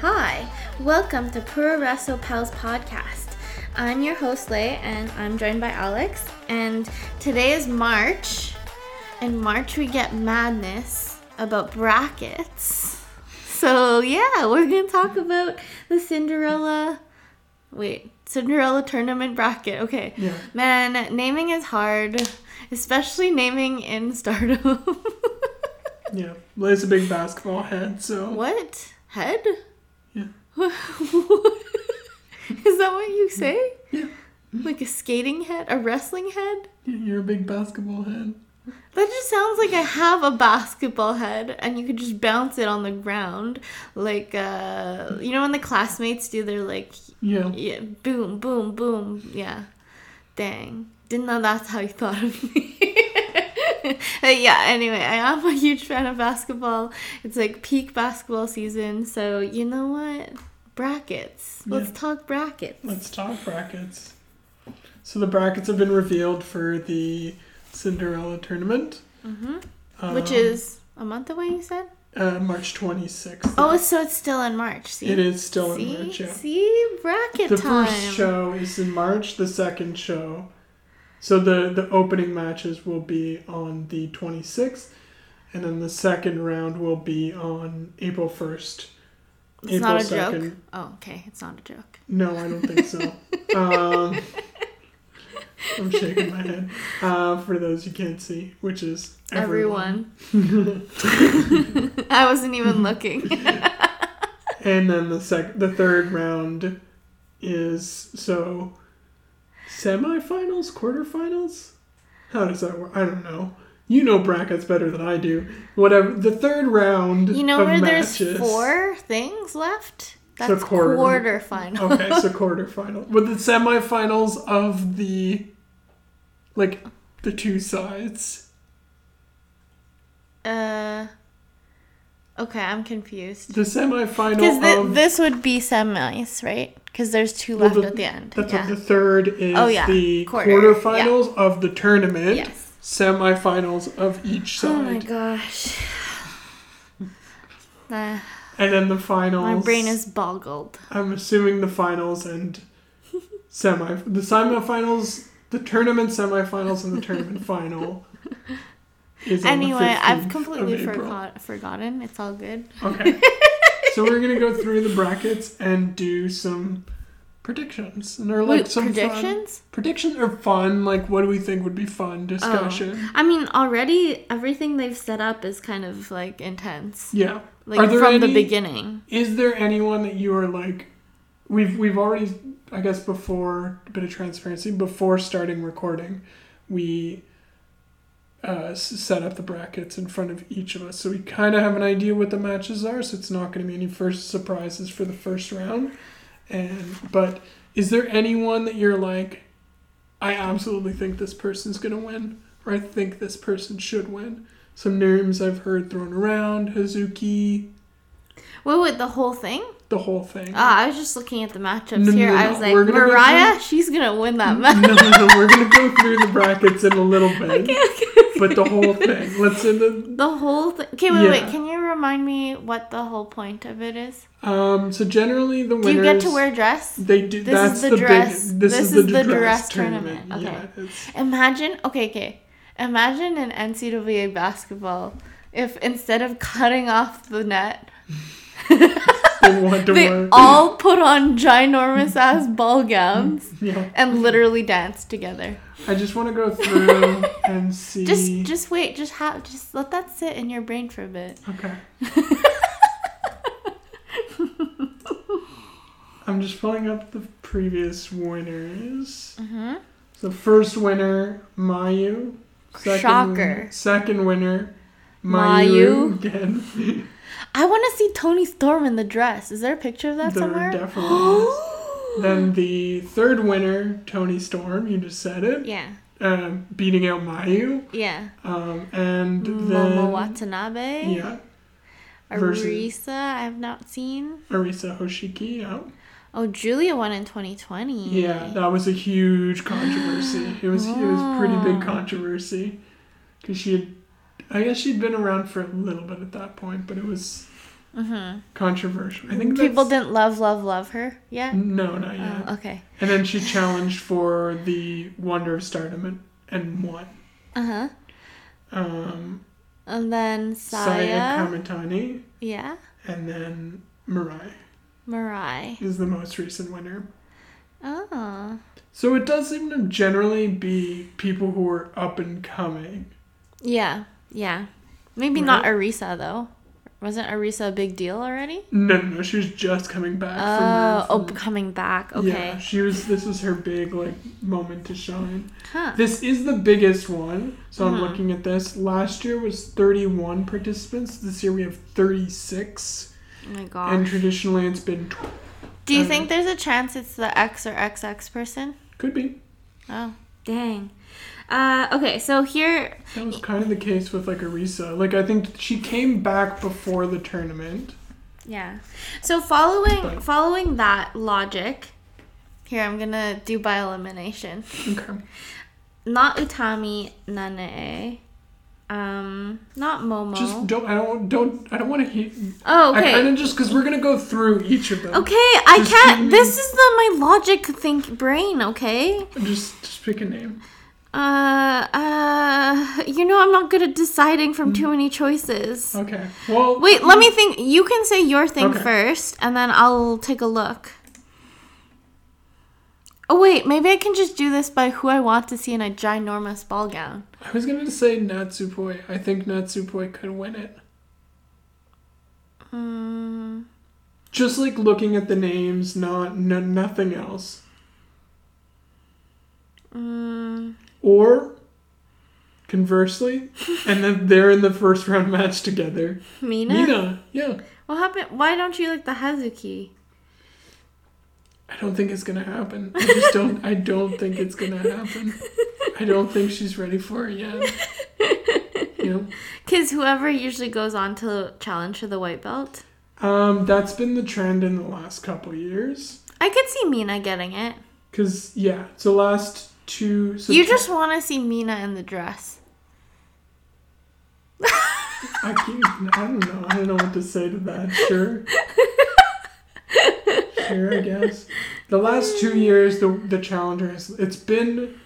Hi, welcome to Pura Raso Pals podcast. I'm your host Lay, and I'm joined by Alex. And today is March. In March, we get madness about brackets. So yeah, we're gonna talk about the Cinderella. Wait, Cinderella tournament bracket. Okay, Yeah. man, naming is hard, especially naming in Stardom. Yeah, Lay's a big basketball head, so What? Head? Yeah. Is that what you say? Yeah. Like a skating head? A wrestling head? y- you're a big basketball head. That just sounds like I have a basketball head and you could just bounce it on the ground. Like, uh, you know, when the classmates do their, like, Yeah, yeah, boom, boom, boom. Yeah. Dang. Didn't know that's how you thought of me. But yeah, anyway, I am a huge fan of basketball. It's like peak basketball season. So, you know what? Brackets. Let's Yeah. talk brackets. let's talk brackets. So the brackets have been revealed for the Cinderella tournament, hmm um, Which is a month away, you said? uh, March 26th. Oh, so it's still in March. See? it is still See? in March. Yeah. See? Bracket The time. first show is in March. The second show, so the the opening matches will be on the 26th, and then the second round will be on April 1st. it's not a April joke. 2nd. Oh, okay. It's not a joke. No, I don't think so. um, I'm shaking my head. Uh, for those you can't see, which is everyone. Everyone. I wasn't even looking. And then the sec- the third round is so semifinals, quarterfinals. How does that work? I don't know. You know brackets better than I do. Whatever the third round. You know of where matches- there's four things left? So That's quarter- quarterfinal. okay, so quarterfinal. With the semifinals of the like the two sides. Oh. Uh, okay, I'm confused. The semifinal Because of this would be semis, right? Because there's two Well, left the- at the end. that's yeah. the third is Oh, yeah. the Quarter, quarterfinals of the tournament. Yes. Semifinals of each side, oh my gosh. Uh, and then the finals. my brain is boggled. I'm assuming the finals and semi the semifinals, the tournament semifinals, and the tournament final. Is on the Anyway, I've 15th completely of April. forgot, forgotten. It's all good. Okay. so we're gonna go through the brackets and do some predictions, and they're like Wait, some fun- predictions? Predictions are fun. Like, what do we think would be fun discussion? I mean, already everything they've set up is kind of like intense. Yeah. Like from the any- beginning. Is there anyone that you are like? We've we've already, I guess, before a bit of transparency before starting recording, we uh, s- set up the brackets in front of each of us, so we kind of have an idea what the matches are. So it's not going to be any first surprises for the first round. And but is there anyone that you're like, I absolutely think this person's gonna win, or I think this person should win? Some names I've heard thrown around: Hazuki, Wait, wait, the whole thing? the whole thing. Ah, I was just looking at the matchups No, no, here. no, I no. was like, We're gonna go Mariah, she's gonna win that match. no, no, no, we're gonna go through the brackets in a little bit, but the whole thing. Let's say the The whole thing. Okay, wait, wait. Yeah. Can you remind me what the whole point of it is? um. So generally, the winners. Do you get to wear a dress? They do. This is that's the the, dress- Big, this, is, the, dress, tournament. tournament. Okay. Yeah, it's, Imagine. Okay, okay. Imagine an NCAA basketball if instead of cutting off the net, they want to they wear. all put on ginormous ass ball gowns yeah. and literally dance together. I just want to go through and see. Just, just wait. Just have. Just let that sit in your brain for a bit. Okay. I'm just pulling up the previous winners. Mm-hmm. So first winner, Mayu. Second, Shocker. Second winner, Mayu. Mayu, again. I want to see Tony Storm in the dress. Is there a picture of that There somewhere? definitely is. Then the third winner, Tony Storm. You just said it. yeah, Um, beating out Mayu. yeah. Um, and Momo then Watanabe, yeah, versus- Arisa, I have not seen. Arisa Hoshiki. Yeah. Oh, Julia won in 2020. Yeah, that was a huge controversy. It was it was a pretty big Ah. controversy because she had, I guess she'd been around for a little bit at that point, but it was Controversial. I think Mm-hmm. People that's- didn't love, love, love her yet. No, not yet. Oh, okay. And then she challenged for the Wonder of Stardom and, and won. Uh huh. Um, And then Saya Saya. Kamitani Yeah. and then Mirai Marai. is the most recent winner. Oh. So it does seem to generally be people who are up and coming. Yeah. Yeah. Maybe not Arisa though. Wasn't Arisa a big deal already? No, no, no, she was just coming back Oh, Mm. oh, from. from- coming back. Yeah, Okay. she was. This was her big like moment to shine. Huh. This is the biggest one. So Mm-hmm. I'm looking at this. Last year was 31 participants. This year we have 36. Oh my gosh. And traditionally it's been tw- Do you Um, think there's a chance it's the X or XX person? could be. Oh, dang. Uh, okay, so here, That was kind of the case with like Arisa. Like I think she came back before the tournament. yeah. So following following that logic, here I'm gonna do by elimination. Okay. Not Utami Nanae. Um, not Momo. Just don't. I don't. Don't. I don't want to hate. oh, okay. I kind of just because we're gonna go through each of them. Okay, I Just give can't. me- This is not my logic think brain. Okay. Just, just pick a name. Uh, uh, you know I'm not good at deciding from Mm. too many choices. Okay. Well. Wait, let me think. You can say your thing Mm. Okay. first, and then I'll take a look. Oh wait, maybe I can just do this by who I want to see in a ginormous ball gown. I was gonna say Natsupoi. I think Natsupoi could win it. Mm, Just like looking at the names, not no, nothing else. mm, Or conversely, and then they're in the first round match together. Mina? Mina. Yeah. What happened? Why don't you like the Hazuki? I don't think it's gonna happen. I just don't. I don't think it's gonna happen. I don't think she's ready for it yet. You know. Because whoever usually goes on to challenge for the white belt, Um, that's been the trend in the last couple years. I could see Mina getting it. Cause yeah, so last two. So you just want to see Mina in the dress. I, can't, I don't know. I don't know what to say to that. Sure. sure, I guess. The last two years, the the challenger has. It's been.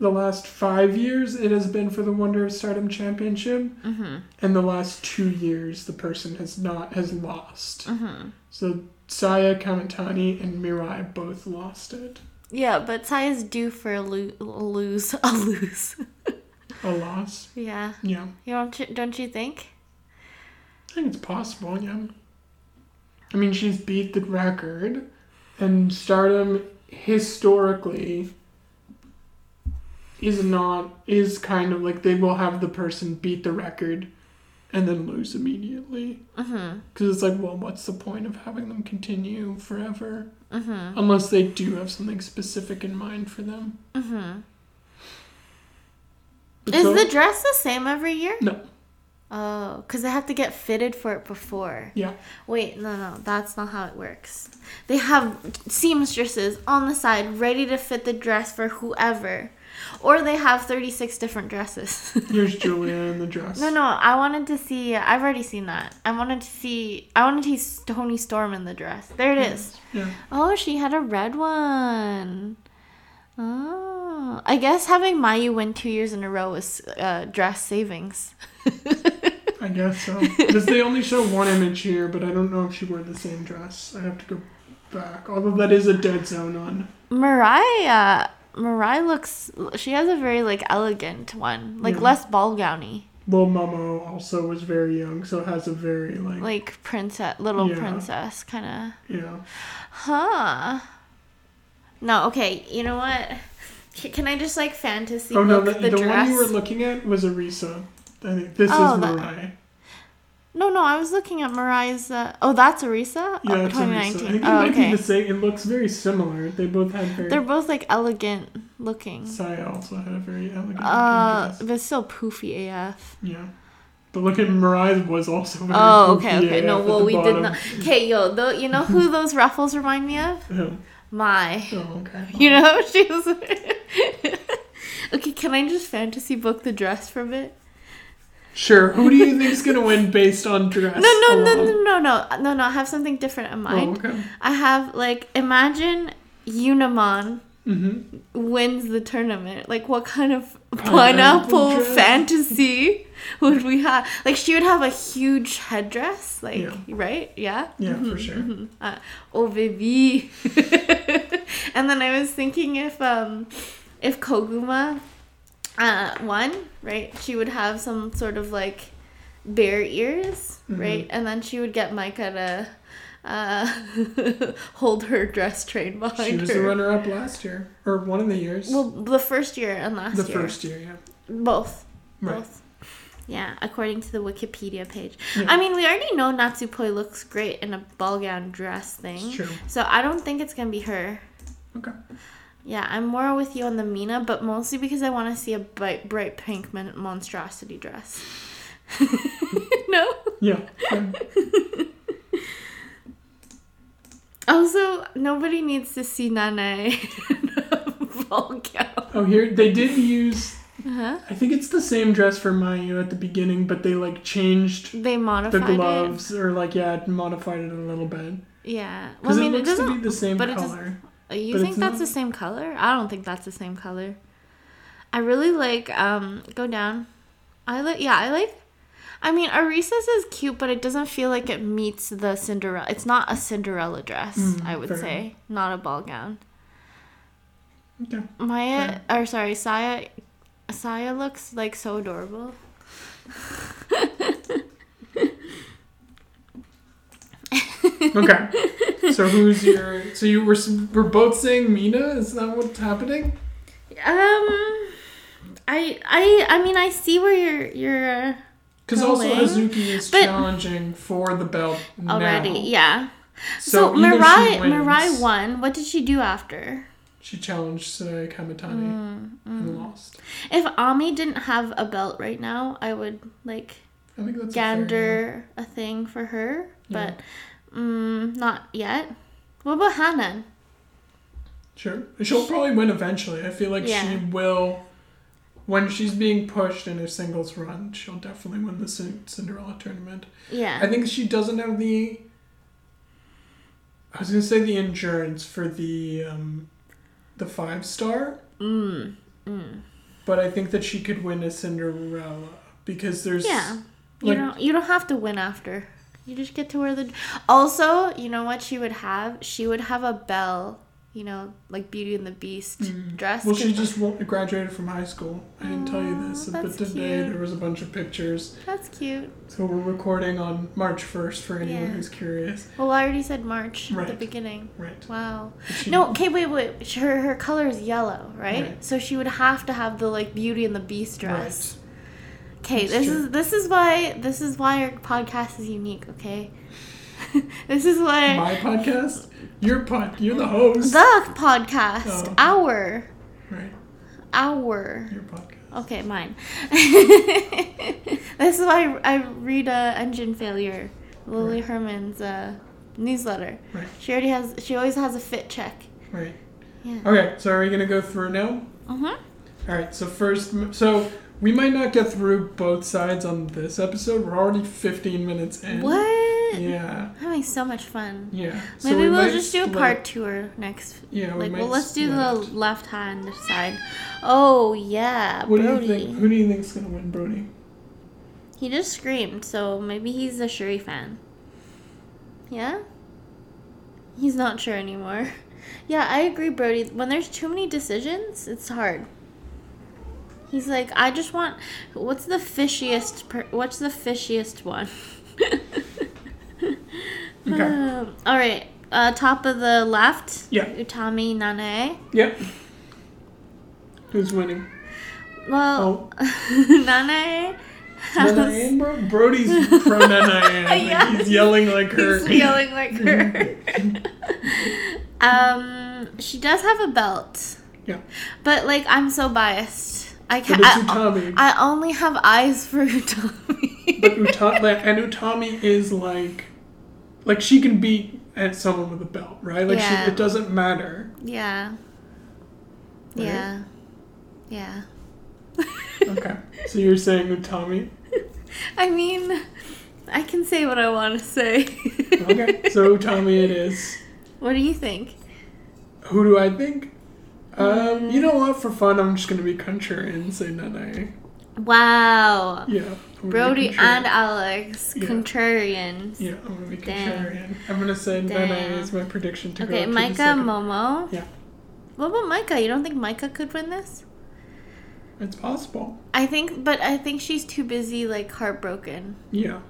The last five years, it has been for the Wonder of Stardom Championship, and the last two years, the person has not has lost. So Saya Kamitani and Mirai both lost it. Yeah, but Sai is due for a lo- lose. A lose. A loss. yeah. Yeah, You don't you, don't you think? I think it's possible. Yeah, I mean she's beat the record, and Stardom historically is not is kind of like they will have the person beat the record, and then lose immediately. Mhm. Because it's like, well, what's the point of having them continue forever Mhm. unless they do have something specific in mind for them? Mhm. But Is so- the dress the same every year? no? Oh, cuz they have to get fitted for it before. Yeah, Wait, no, no, that's not how it works. They have seamstresses on the side ready to fit the dress for whoever. Or they have 36 different dresses. here's Julia in the dress. no, no, I wanted to see I've already seen that. I wanted to see I wanted to see Tony Storm in the dress. There it is. Yeah. Oh, she had a red one. Oh, I guess having Mayu win two years in a row was uh, dress savings. I guess so. Because they only show one image here, but I don't know if she wore the same dress. I have to go back. Although that is a dead zone on. Mariah, Mariah looks. She has a very like elegant one, like Yeah. less ball gowny, Lil Momo also was very young, so has a very like, like princess, little Yeah. princess kind of. you know. Huh. No, okay. You know what? C- Can I just like fantasy Oh no, book the, the, the, dress? one you were looking at was Arisa. I think this Oh, is that- Mariah. no, no, I was looking at Mariah's. Uh, oh, that's Arisa. Yeah, oh, it's Arisa. I think it 2019. might Oh, okay. be the same. It looks very similar. They both had very. They're both like elegant looking. Saya also had a very elegant. Uh, looking dress. but still poofy AF. Yeah. But look at Mariah was also. Very Oh, poofy okay, okay. AF No, at well, the we did bottom. not. Okay, yo, though, you know who those ruffles remind me of? Oh, My. oh, okay. You know, she was. okay, can I just fantasy book the dress from it? Sure. Who do you think's gonna win based on dress? No, no, no, alone? no, no, no, no, no. I have something different in Oh, mind. okay. I have like imagine Unimon Mm-hmm. wins the tournament. Like what kind of Pineapple pineapple dress. fantasy would we have? Like she would have a huge headdress, like Yeah. right? Yeah. Yeah, for sure. mhm. Uh, oh baby. and then I was thinking if um if Koguma uh won, right? She would have some sort of like bear ears, Mm-hmm. right? And then she would get Micah to uh, hold her dress train behind She was her. the runner-up last year, or one of the years. Well, the first year and last the year. first year, yeah. Both. Right. Both. Yeah, according to the Wikipedia page. Yeah. I mean, we already know Natsupoi looks great in a ball gown dress thing. It's true. So I don't think it's going to be her. Okay. Yeah, I'm more with you on the Mina, but mostly because I want to see a bright, bright pink mon- monstrosity dress. no? Yeah. yeah. Also, nobody needs to see Nanae in a ball gown. Oh, here they did use. Uh-huh. I think it's the same dress for Mayu at the beginning, but they like changed They the modified gloves or like yeah, modified it a little bit it. Yeah. Well, because I mean, it it, looks doesn't to be the same but it doesn't- color. Uh, You But think it's that's not- the same color? I don't think that's the same color. I really like um go down. I like yeah, I like I mean Arisa's is cute, but it doesn't feel like it meets the Cinderella. It's not a Cinderella dress, Mm, I would fair. say. Not a ball gown. Okay. Maya or sorry, Saya Saya looks like so adorable. Okay. so who's your? So you were s- we're both saying Mina? Is that what's happening? Um I I I mean I see where you're you're uh, Because also Going. Hazuki is But- challenging for the belt now. already. Yeah. So, either she Mirai wins- Mirai won. What did she do after? She challenged Sayaka Kamitani Hmm. Mm-hmm. and lost. If Ami didn't have a belt right now, I would like I think that's a fair amount. gander a thing for her, Yeah. but mm, not yet. What about Hanan? Sure, she'll probably win eventually. I feel like she Yeah. will. When she's being pushed in her singles run, she'll definitely win the Cin- Cinderella tournament. I Yeah. think she doesn't have the. I was gonna say the endurance for the um, the five star, Mm, mm. but I think that she could win a Cinderella because there's Yeah. You Like- don't you don't have to win after. You just get to wear the Also, you know what she would have? She would have a bell, you know, like Beauty and the Beast dress. Mm. Well, she 'cause- just wa- graduated from high school. I didn't tell you this, Aw, but that's today cute. there was a bunch of pictures. That's cute. So we're recording on March 1st for anyone Yeah. who's curious. Well, I already said March at the Right. beginning. Right. Wow. She- No, okay, wait, wait. Sh- Her her color is yellow, right? Right. So she would have to have the like Beauty and the Beast dress. Okay, That's this true. is this is why this is why our podcast is unique. Okay, this is why Right. My podcast? Your pod, you're the host. the podcast, Oh. our right, our. your podcast. Okay, mine. this is why I read uh, Engine Failure, Lily Right. Herman's uh, newsletter. Right, She already has. She always has a fit check. right. Yeah. Okay, so are we going to go through now? Mhm. All right, so first, m- so we might not get through both sides on this episode. We're already 15 minutes in. What? Yeah, I'm having so much fun. yeah. So Maybe we we'll might just do a split- part tour next. Yeah, we Like, might well, let's do the split. left hand side. Oh yeah, What Brody. do you think? Who do you think's gonna win, Brody? He just screamed, so maybe he's a Shuri fan. Yeah. He's not sure anymore. Yeah, I agree, Brody. When there's too many decisions, it's hard. He's like, I just want. What's the fishiest? Per- what's the fishiest one? Okay. Um, all right. Uh, top of the left. Yeah. Utami Nanae. Yep. Who's winning? Oh. Well, Nanae has Nanae? Bro- Brody's pro Nanae. Like, Yeah. He's yelling like her. He's yelling like her. um, she does have a belt, Yeah. but like I'm so biased. I But can't. it's I, Utami. I only have eyes for Utami. but Utami, like, and Utami is like, like she can beat at someone with a belt, right? Like Yeah. she, it doesn't matter. yeah. Right? Yeah. Yeah. Okay. So you're saying Utami? I mean, I can say what I want to say. Okay, so tell me it is. What do you think? Who do I think? Um, Mm. you know what? For fun, I'm just gonna be country and say Nene. Wow. Yeah. I'm gonna be Brody contrarian. and Alex, Yeah. contrarians. Yeah, I'm gonna be Damn. contrarian. I'm gonna say Damn. Nene is my prediction to go Okay, to the Micah, second. Momo. Yeah. What about Micah? You don't think Micah could win this? It's possible. I think, but I think she's too busy, like heartbroken Yeah.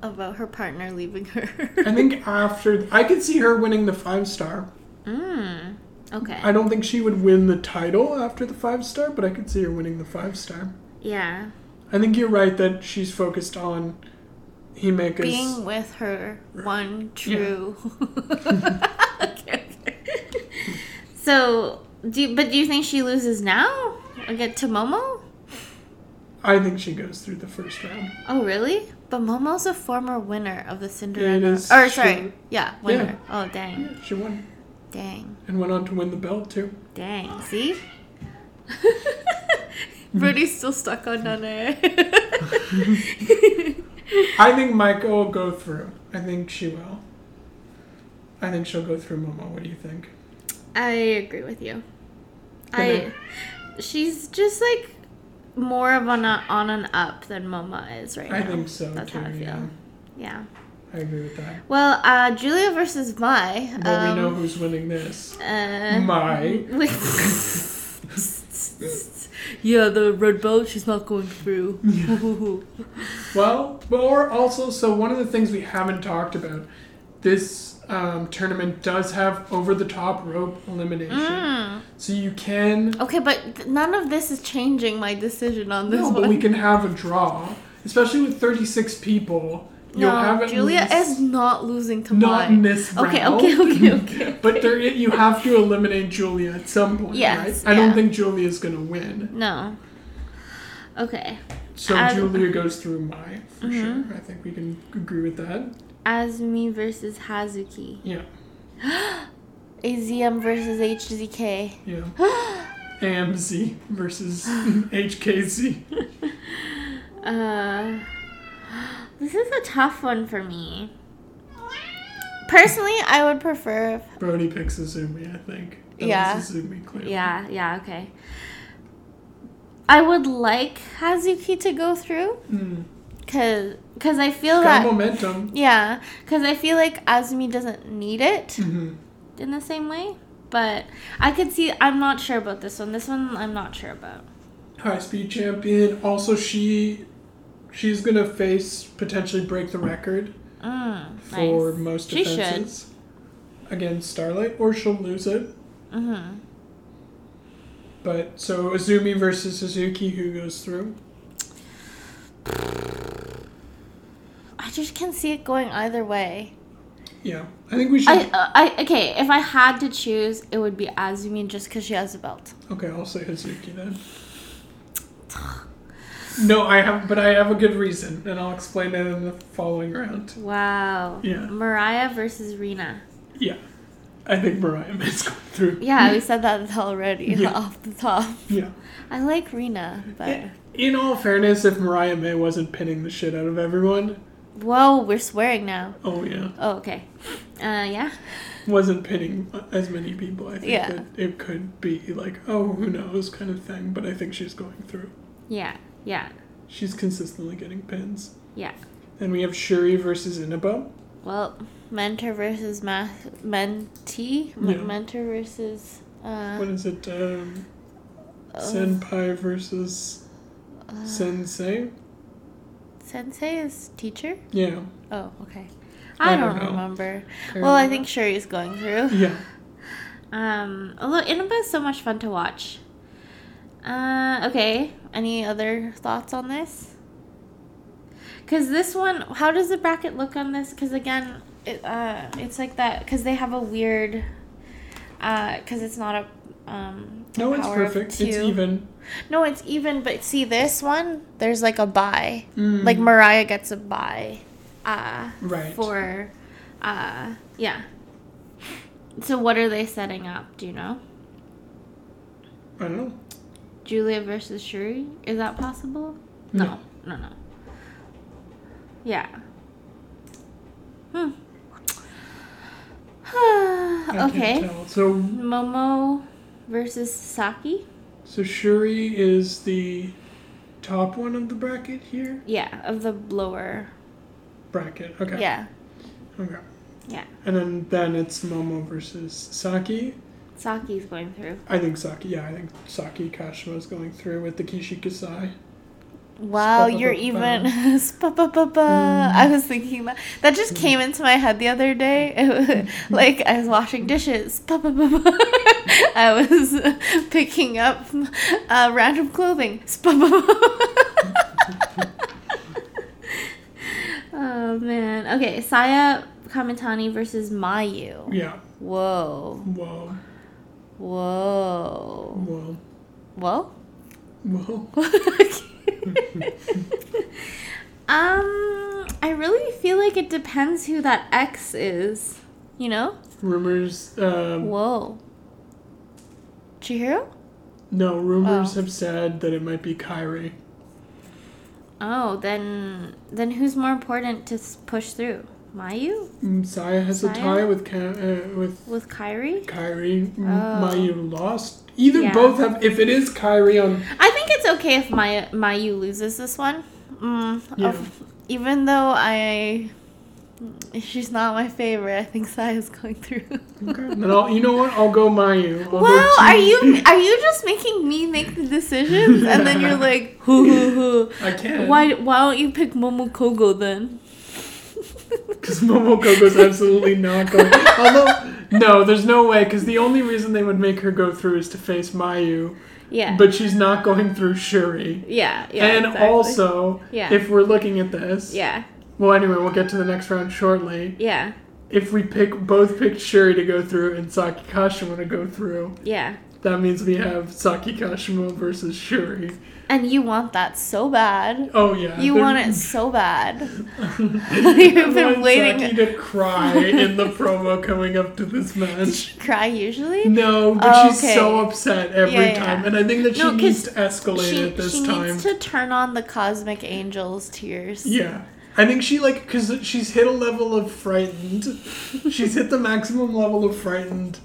about her partner leaving her. I think after I could see her winning the five star. Mm. Okay. I don't think she would win the title after the five star, but I could see her winning the five star. yeah. I think you're right that she's focused on Himeka's. Being with her one true. okay, okay. So, do you, but do you think she loses now? Again to Momo? I think she goes through the first round. Oh, really? But Momo's a former winner of the Cinderella. is or true. sorry, yeah, winner. Oh, dang, Yeah, she won dang, and went on to win the belt too. dang. See, Brody's still stuck on Nana. I think Micah will go through. I think she will. I think she'll go through Momo. What do you think? I agree with you. I, Kinda- she's just like more of an on an up than Momo is right now. I think so That's too. how I feel. Yeah, Yeah. I agree with that. Well, uh, Julia versus Mai. But we know who's winning this. Um, Uh, My Wait. yeah, the red belt, she's not going through. well, but we're also so one of the things we haven't talked about. This um, tournament does have over the top rope elimination, Mm. so you can Okay, but th- none of this is changing my decision on this No, one. but we can have a draw, especially with 36 people. You'll have no, at Julia least- is not losing to not in mine. this Okay, round. okay, okay, okay. but there, i- you have to eliminate Julia at some point, Yes, right? I don't yeah. think Julia's gonna win, No. Okay. so Um, mm-hmm. Julia goes through my for sure. I think we can agree with that. Azumi versus Hazuki. Yeah, AZM versus HZK. yeah. AMZ versus HKZ. Uh, this is a tough one for me. Personally, I would prefer if Brody picks Azumi, I think. That was Yeah. Azumi clearly. Yeah, yeah, okay. I would like Hazuki to go through Mm. cuz cuz I feel Got that momentum. yeah, cuz I feel like Azumi doesn't need it hmm in the same way, but I could see I'm not sure about this one. This one I'm not sure about. high speed champion. Also, she she's gonna face potentially break the record Mm, for nice. most She should. defenses against Starlight, or she'll lose it. Mhm. But so Azumi versus Suzuki, who goes through? I just can see it going either way. Yeah, I think we should. I uh, I okay, if I had to choose, it would be Azumi just cuz she has a belt. okay, I'll say Suzuki then. No, I have, but I have a good reason, and I'll explain it in the following round. Wow. Yeah. Mariah versus Rena. Yeah, I think Mariah is going through. Yeah, we said that already Yeah. off the top. Yeah. I like Rena, but In all fairness, if Mariah May wasn't pinning the shit out of everyone, whoa, we're swearing now. oh yeah, Oh, okay. Uh, yeah. wasn't pinning as many people, I think Yeah. that it could be like, oh, who knows, kind of thing. But I think she's going through. Yeah. Yeah. She's consistently getting pins. Yeah. Then we have Shuri versus Inaba. Well, mentor versus ma- mentee. M- Yeah. Mentor versus uh, What is it? Um, uh, senpai versus Sensei. sensei is teacher. Yeah. Oh, okay. I, I don't, don't know. remember. Well, I think Shuri's going through. Yeah. Um, although Inaba is so much fun to watch. Uh, okay. Any other thoughts on this? Because this one, how does the bracket look on this? Because again, it, uh, it's like that. Because they have a weird. Because it's not a. Um, a No, it's power of perfect. It's two. even. No, it's even. But see this one, there's like a buy. Mm, Like Mariah gets a buy. Uh, right. for uh yeah so what are they setting up do you know I don't know. julia versus shuri is that possible no no no Yeah. Hmm. I can't okay. tell. So Momo versus Saki. so Shuri is the top one of the bracket here. Yeah, of the blower. Bracket. Okay. Yeah. Okay. Yeah. And then then it's Momo versus Saki. Saki's going through. I think Saki. Yeah, I think Saki Kashima is going through with the Kishi Kasai. Wow, you're even. Spa-pa-pa-pa. I was thinking that. That just came into my head the other day. like, I was washing dishes. Spa-pa-pa-pa. I was uh, picking up uh, random clothing. Spa-pa-pa-pa. oh, man. Okay, Saya Kamitani versus Mayu. Yeah. Whoa. Whoa. Whoa. Whoa. Whoa? Whoa. um, I really feel like it depends who that ex is. You know? Rumors. Um, Whoa. Chihiro? no, rumors Oh. have said that it might be Kyrie. Oh, then then who's more important to s- push through? Mayu Mm, Saya has a Saya? tie with Ka- uh, with with Kyrie? Kyrie. M- Oh. Mayu lost. Either Yeah. both have. If it is Kyrie on, I think it's okay if Maya, Mayu loses this one. Mm, Yeah. of- even though I she's not my favorite, I think Saya's going through. okay. then I'll, you know what? I'll go Mayu. I'll go Wow, two- are you are you just making me make the decisions and then you're like, hoo hoo I can. hoo. Why why don't you pick Momokogo then? Because Momokogo's absolutely not going. Although, no, there's no way. Because the only reason they would make her go through is to face Mayu, Yeah. but she's not going through Shuri. yeah, yeah. and exactly. also, Yeah. if we're looking at this, Yeah, well, anyway, we'll get to the next round shortly. yeah, If we pick both pick Shuri to go through and Saki Kashima to go through, yeah. that means we have Saki Kashima versus Shuri. And you want that so bad. Oh yeah, You they're- want it so bad. You've I been want Saki waiting to cry in the promo coming up to this match. cry usually? No, but Oh, she's okay. so upset every Yeah, yeah. time, and I think that she No, 'cause needs to escalate She, it this she time. needs to turn on the cosmic angels tears. Yeah, I think she like because she's hit a level of frightened. she's hit the maximum level of frightened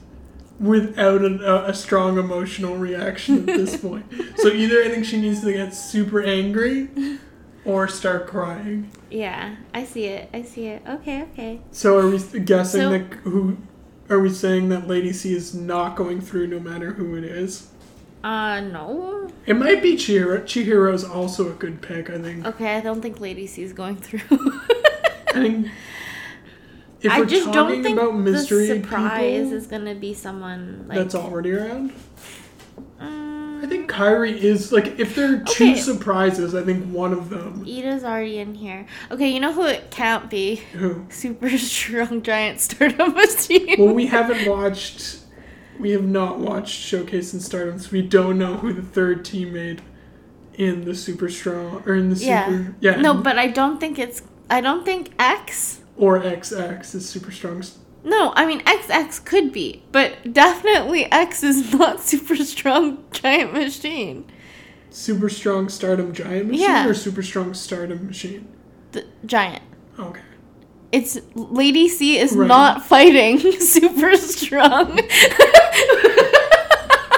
without an, a, a strong emotional reaction at this point. So either I think she needs to get super angry or start crying. Yeah, I see it. I see it. Okay, okay. So are we guessing So- that who? Are we saying that Lady C is not going through no matter who it is? Uh no. It might be Chihiro. Chihiro's also a good pick, I think. Okay, I don't think Lady C is going through. I think if I we're just talking don't think about mystery the surprise people, is gonna be someone like. that's already around. Mm, I think Kyrie is like if there are two Okay. surprises, I think one of them. Ida's already in here. Okay, you know who it can't be? Who? Super strong giant stardom machine. Well, we haven't watched. We have not watched Showcase and Stardom, so we don't know who the third teammate in the Super Strong or in the Super yeah. yeah No, but I don't think it's. I don't think X. or XX is Super Strong. No, I mean XX could be, but definitely X is not super strong giant machine. Super Strong Stardom Giant Machine Yeah. or Super Strong Stardom Machine. The giant. Okay. It's Lady C is Right. not fighting super strong.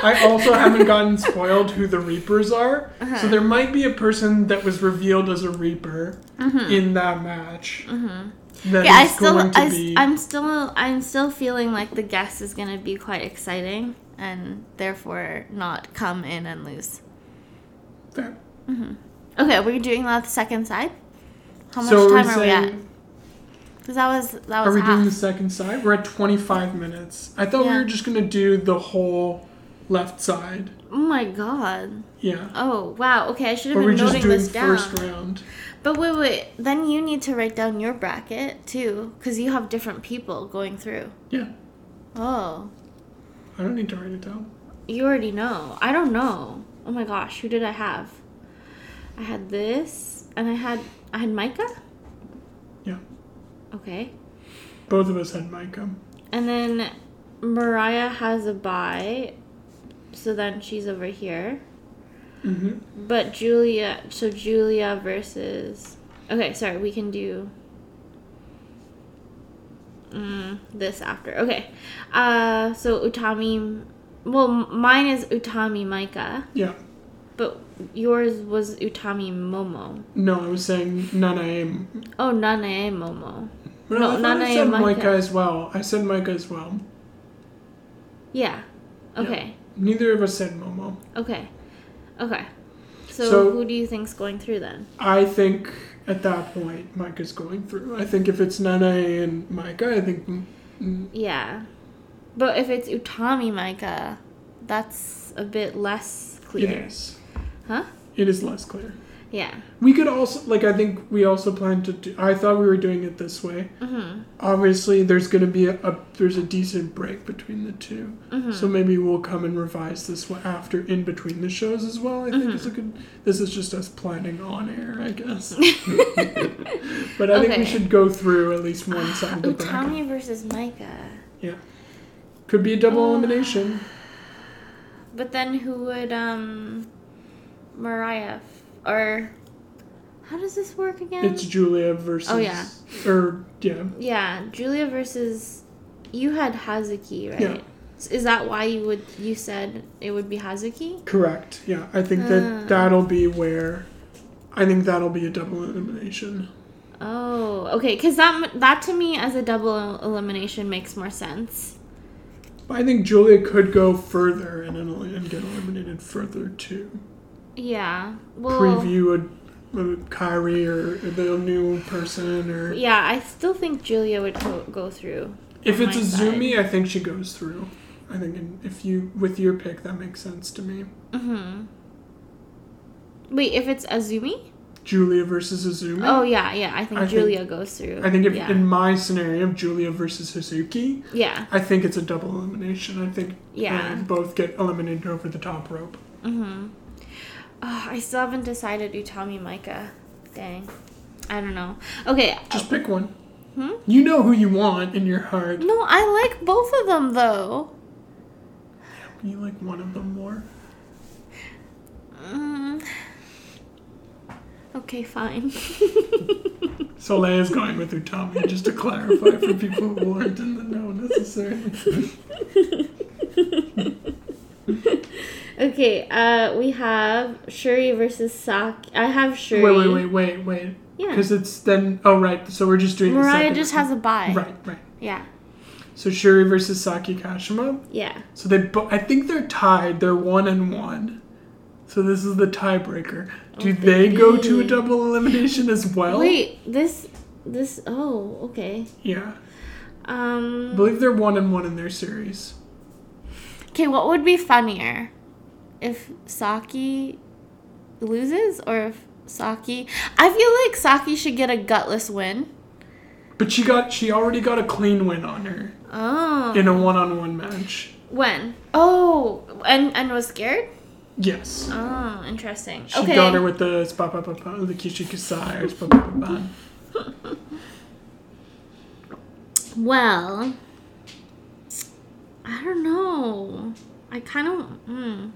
I also haven't gotten spoiled who the Reapers are. Uh-huh. So there might be a person that was revealed as a Reaper in that match. that Mm-hmm. Yeah, I is still, going to I, be. am still, I'm still feeling like the guess is gonna be quite exciting, and therefore not come in and lose. Fair. Okay, we're doing the second side. How much so time we're are we at? saying, Because that was that are was we doing half. the second side? We're at 25 minutes. I thought we Yeah. were just going to do the whole left side. oh my god! Yeah. Oh wow. Okay, I should have Or we been just noting doing this down. first round. But wait, wait. Then you need to write down your bracket too, because you have different people going through. Yeah. Oh, I don't need to write it down. you already know. I don't know. Oh my gosh, who did I have? I had this, and I had I had Micah. Yeah. Okay, Both of us had um. Micah. and then Mariah has a bye, so then she's over here. hmm But Julia, so Julia versus Okay, sorry, we can do mm, this after. Okay. Uh, so Utami. Well, m- mine is Utami Micah, Yeah. but yours was Utami Momo. No, I was saying Nanae. Oh, Nanae Momo. No, No, I, thought I Nanae said Micah. Micah as well. I said Micah as well. Yeah. Okay. Neither of us said Momo. Okay. Okay. So, So- who do you think's going through then? I think at that point Micah's going through. I think if it's Nanae and Micah, I think mm, mm, Yeah. But if it's Utami Micah, that's a bit less it clear. is. Huh? It is less clear. Yeah. We could also like I think we also planned to do. I thought we were doing it this way. Mm-hmm. Obviously, there's going to be a, a there's a decent break between the 2 Mm-hmm. Hmm. So maybe we'll come and revise this one after in between the shows as well. I think it's a Mm-hmm. good. This is just us planning on air, I guess. but I think Okay. Oh, we should go through at least one side of the bracket. Utami versus Micah. Could be a Oh, double elimination. But then who would um Mariah f- or how does this work again? It's Julia versus. Oh, yeah. Or yeah, yeah, Julia versus you had Hazuki, right? Yeah. S- Is that why you would you said it would be Hazuki? correct. Yeah, I think that Ah. that'll be where. I think that'll be a double elimination. Oh, okay, cuz that m- that to me as a double el- elimination makes more sense. I think Julia could go further and then- and get eliminated further too. Yeah. Well, preview a, a Kyrie or the new person or yeah, I still think Julia would go, go through. if on it's a my side. Zumi, I think she goes through. I think in, if you with your pick, that makes sense to me. Mhm. Wait, if it's Azumi? Julia versus Azumi. Oh yeah, yeah. I think I think- Julia goes through. I think if yeah. in my scenario of Julia versus Suzuki, yeah. I think it's a double elimination. I think Yeah. they both get eliminated over the top rope. Mm-hmm. Oh, I still haven't decided Utami Micah. Dang. I don't know. Okay. Just pick one. Hmm? You know who you want in your heart. No, I like both of them though. You like one of them more. Mm. Okay, fine. Soleil is going with Utami, just to clarify for people who aren't in the know necessarily. okay, uh, we have Shuri versus Saki. I have Shuri. Wait, wait, wait, wait, wait. Yeah. Because it's then. Oh, right. So we're just doing. the Mariah second- just has a bye. Right, right. Yeah, So Shuri versus Saki Kashima. yeah. So they. Bo- I think they're tied. They're one and one. So this is the tiebreaker. Do Oh, they go to a baby. double elimination as well? Wait, this, this. Oh, okay. Yeah. I Um. believe they're one and one in their series. Okay, what would be funnier? If Saki loses or if Saki I feel like Saki should get a gutless win. But she got. She already got a clean win on her Oh. in a one-on-one match. when? Oh, and and was scared? Yes. Oh, interesting. She okay. got her with the spa pa pa pa the Kishi Kasai or spa pa pa pa. well, I don't know. I kind of mm.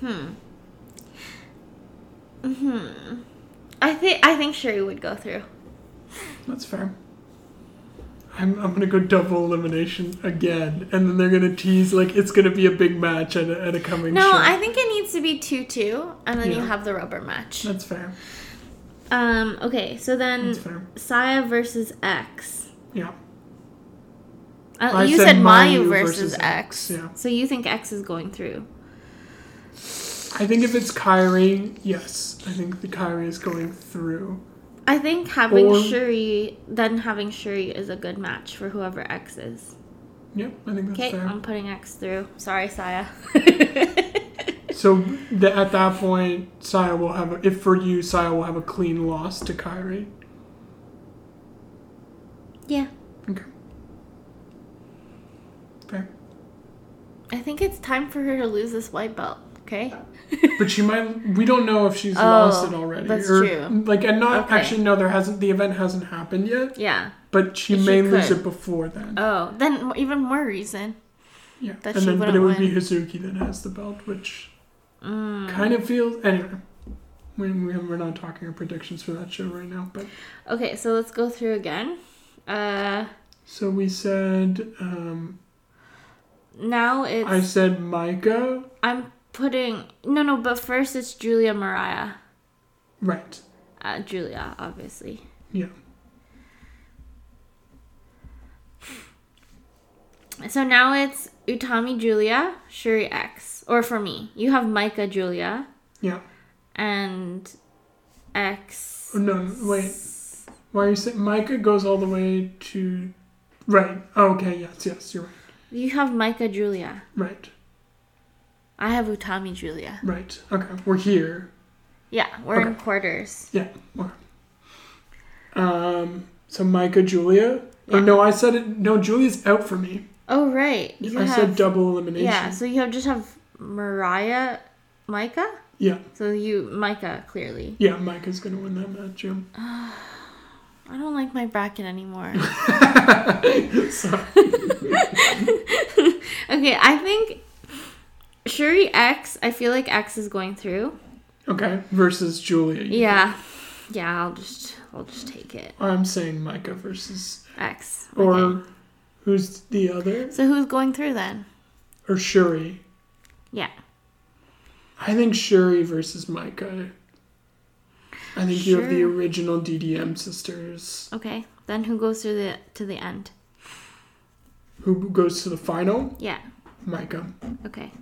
Hmm. Mhm. I think I think Shuri would go through. That's fair. I'm, I'm gonna go double elimination again, and then they're gonna tease like it's gonna be a big match at a, at a coming No, show. I think it needs to be 2 2, and then you Yeah. have the rubber match. That's fair. Um, okay, so then That's fair. Saya versus X. Yeah. Uh, I you said said, Mayu Mayu versus, versus X. X, yeah. So you think X is going through? I think if it's Kyrie, yes. I think the Kyrie is going through. I think having Or- Shuri, then having Shuri is a good match for whoever X is. Yep, I think that's Okay, um, fair. I'm putting X through. Sorry, Saya. So th- at that point, Saya will have a, if for you, Saya will have a clean loss to Kyrie. yeah, Okay. Fair. I think it's time for her to lose this white belt. Okay. But she might. We don't know if she's Oh, lost it already. that's true. Like, and not Okay. actually. No, there hasn't. The event hasn't happened yet. yeah. But she But she may lose could. it before then. Oh, then even more reason. yeah. that and she then, but it wouldn't would be win. Hmm. Hazuki that has the belt, which Mm. Kind of feels. Anyway, we, we, we're not talking our predictions for that show right now. But Okay, so let's go through again. Uh, so we said. Um, now it's I said Micah. I'm putting no no, but first it's Julia Mariah. Right. Uh, Julia, obviously. Yeah. So now it's Utami Julia, Shuri X, or for me, you have Micah Julia Yeah. and X. Oh, No, no, wait. Why are you saying Micah goes all the way to? Right. Oh, okay. Yes. Yes. You're You have Micah Julia. right. Right. I have Utami Julia. Right. Okay. We're here. Yeah, we're in Okay. quarters. Yeah. Okay. Um. So Micah Julia. Oh no, I said it. No, Julia's out for me. Oh right, you I have said double elimination. yeah. So you have just have Mariah, Micah. yeah. So you Micah clearly. Yeah. Micah's gonna win that match. Yeah. I don't like my bracket anymore. So- okay, I think Shuri X, I feel like X is going through. okay. Versus Julia. you Yeah. Yeah, I'll just I'll just take it. I'm saying Micah versus X. or Okay. who's the other So who's going through then? or Shuri. Yeah. I think Shuri versus Micah. I think you have the Sure. original DDM sisters Okay. Then who goes through the to the end? who goes to the final. Yeah. Micah. Okay.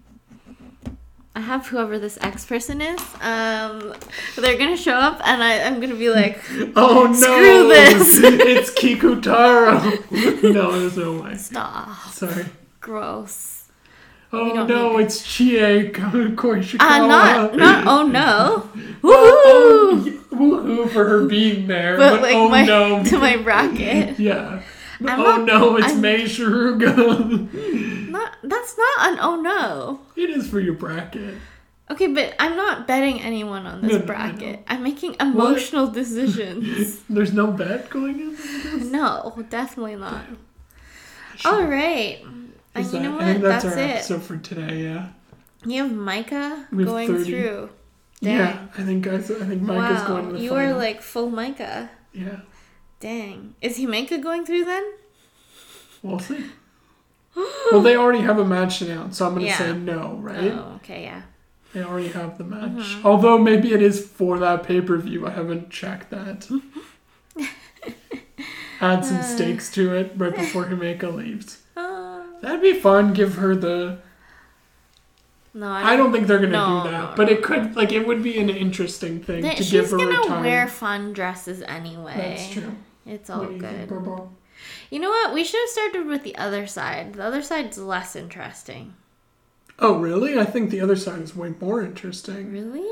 I have whoever this X person is. Um they're gonna show up and I, I'm gonna be like Oh no! Screw this. it's Kikutaro. no, there's no way. stop. Sorry. Gross. We Oh don't no, need it's Chie Ko- Koishikawa. Uh not not oh no. Woohoo! Oh, y- woohoo for her being there. But, but like oh my no. to my bracket. yeah. I'm oh not- no, it's I'm- Mei Shiruga. Not that's not an oh no. it is for your bracket. Okay, but I'm not betting anyone on this No, no, I bracket. know. I'm making emotional decisions. There's no bet going in? no, definitely not. All right. And Is Oh, you that- know I what? think that's it. our episode for today, yeah. You have Micah We have going 30. through. Yeah, I think guys I think Mike is going wow, to the you final. are like full Micah. yeah. Dang. Is he Micah going through then? We'll see. well they already have a match now, so I'm gonna Yeah. say no, right? Oh, Mm-hmm. okay, yeah. They already have the match. Although maybe it is for that pay per view. I haven't checked that. Mm-hmm. Add Uh. some stakes to it right before Himeka leaves. Oh. That'd be fun. Give her the. No, I don't think they're gonna No, do that, no, but no, it could. Like it would be an interesting thing Th- to give she's her a gonna time. wear fun dresses anyway. That's true. It's all What do you think, good. Bobo? You know what? We should have started with the other side. The other side's less interesting. Oh really? I think the other side is way more interesting. Really?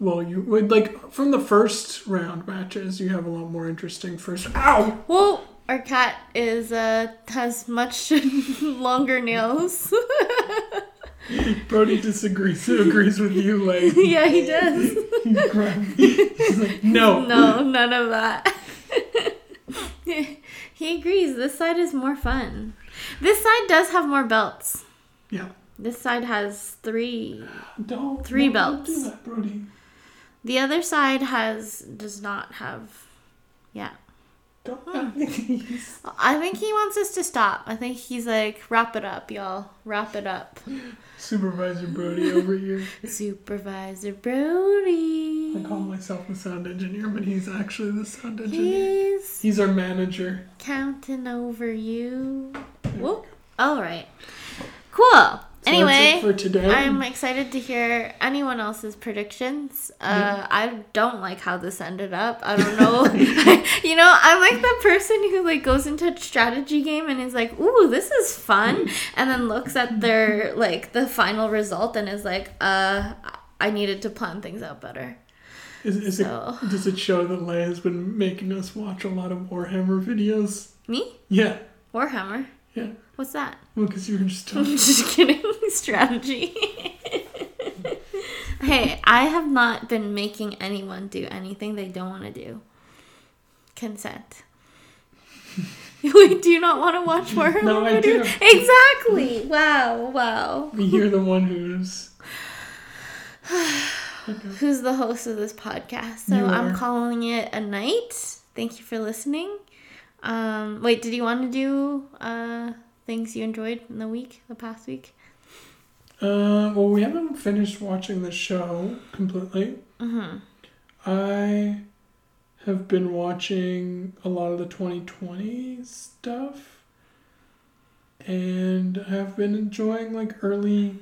Well, you would like from the first round matches, you have a lot more interesting first. Ow! Well, our cat is uh has much longer nails. Brody disagrees. agrees with you, like yeah, he does. He's grumpy. He's like, no. No, none of that. he agrees. This side is more fun. This side does have more belts. Yeah. This side has 3. Don't. Three no, don't belts. do that, Brody. The other side has does not have Yeah. Don't. He's- I think he wants us to stop. I think he's like, wrap it up, y'all. Wrap it up. Supervisor Brody over here. Supervisor Brody. I call myself the sound engineer, but he's actually the sound engineer. He's He's our manager. counting over you. Whoop. All right. Cool. anyway, Hmm. that's it for today. I'm excited to hear anyone else's predictions. Uh, I don't like how this ended up. I don't know. you know, I'm like the person who like goes into a strategy game and is like, "Ooh, this is fun," and then looks at their like the final result and is like, "Uh, I needed to plan things out better." Is, is So- it, does it show that Leia has been making us watch a lot of Warhammer videos? Me, Yeah. Warhammer. Yeah. What's that? Well, because you were just talking. Just kidding. Strategy. hey, I have not been making anyone do anything they don't want to do. Consent. we do not want to watch more. No, I videos. do. Exactly. Wow. Wow. You're the one who's who's the host of this podcast. So You I'm are. calling it a night. Thank you for listening. Um, wait, did you want to do uh, things you enjoyed in the week, the past week? Uh, well, we haven't finished watching the show completely. I have been watching a lot of the 2020 stuff, and I've been enjoying like early.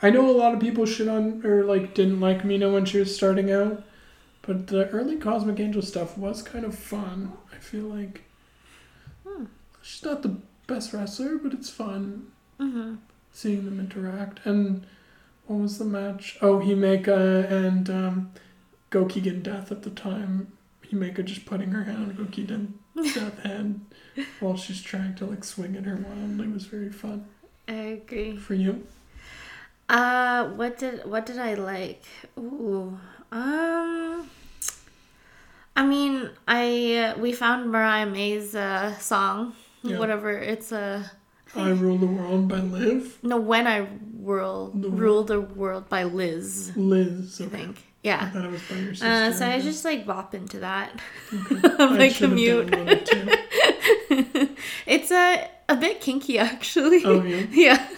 I know a lot of people shit on or like didn't like Mina when she was starting out, but the early Cosmic Angel stuff was kind of fun. I feel like Hmm. she's not the best wrestler, but it's fun Mm-hmm. seeing them interact. And what was the match? Oh, Himeka and um, Gokigen Death at the time. Himeka just putting her hand on Gokigen Death head while she's trying to like swing at her wildly was very fun I agree. for you. Uh, what did what did I like? Ooh, um, I mean, I uh, we found Mariah May's uh, song, Yeah. whatever it's uh, I rule the world by Liv. no when I whirl The- rule the world by Liz, Liz. I Okay. think. I Yeah. thought it was by your sister. Uh, so I but just like bop into that I on my should have commute. downloaded it too. It's a a bit kinky actually. Oh, yeah? yeah.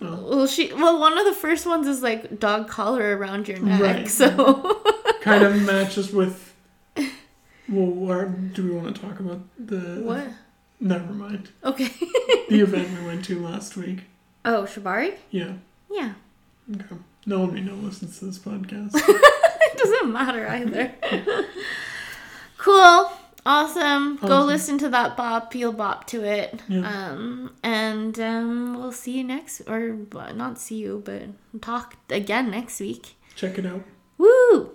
Oh. Well, she well one of the first ones is like dog collar around your neck, Right. so. Kind of matches with. Well, where, do we want to talk about the? What? Never mind. Okay. The event we went to last week. Oh, Shibari? Yeah. Yeah. Okay. No one we know listens to this podcast. It doesn't matter either. cool. Awesome. Go Awesome. listen to that bop. You'll bop to it. Yeah. Um, and um, we'll see you next, or well, not see you, but talk again next week. Check it out. Woo!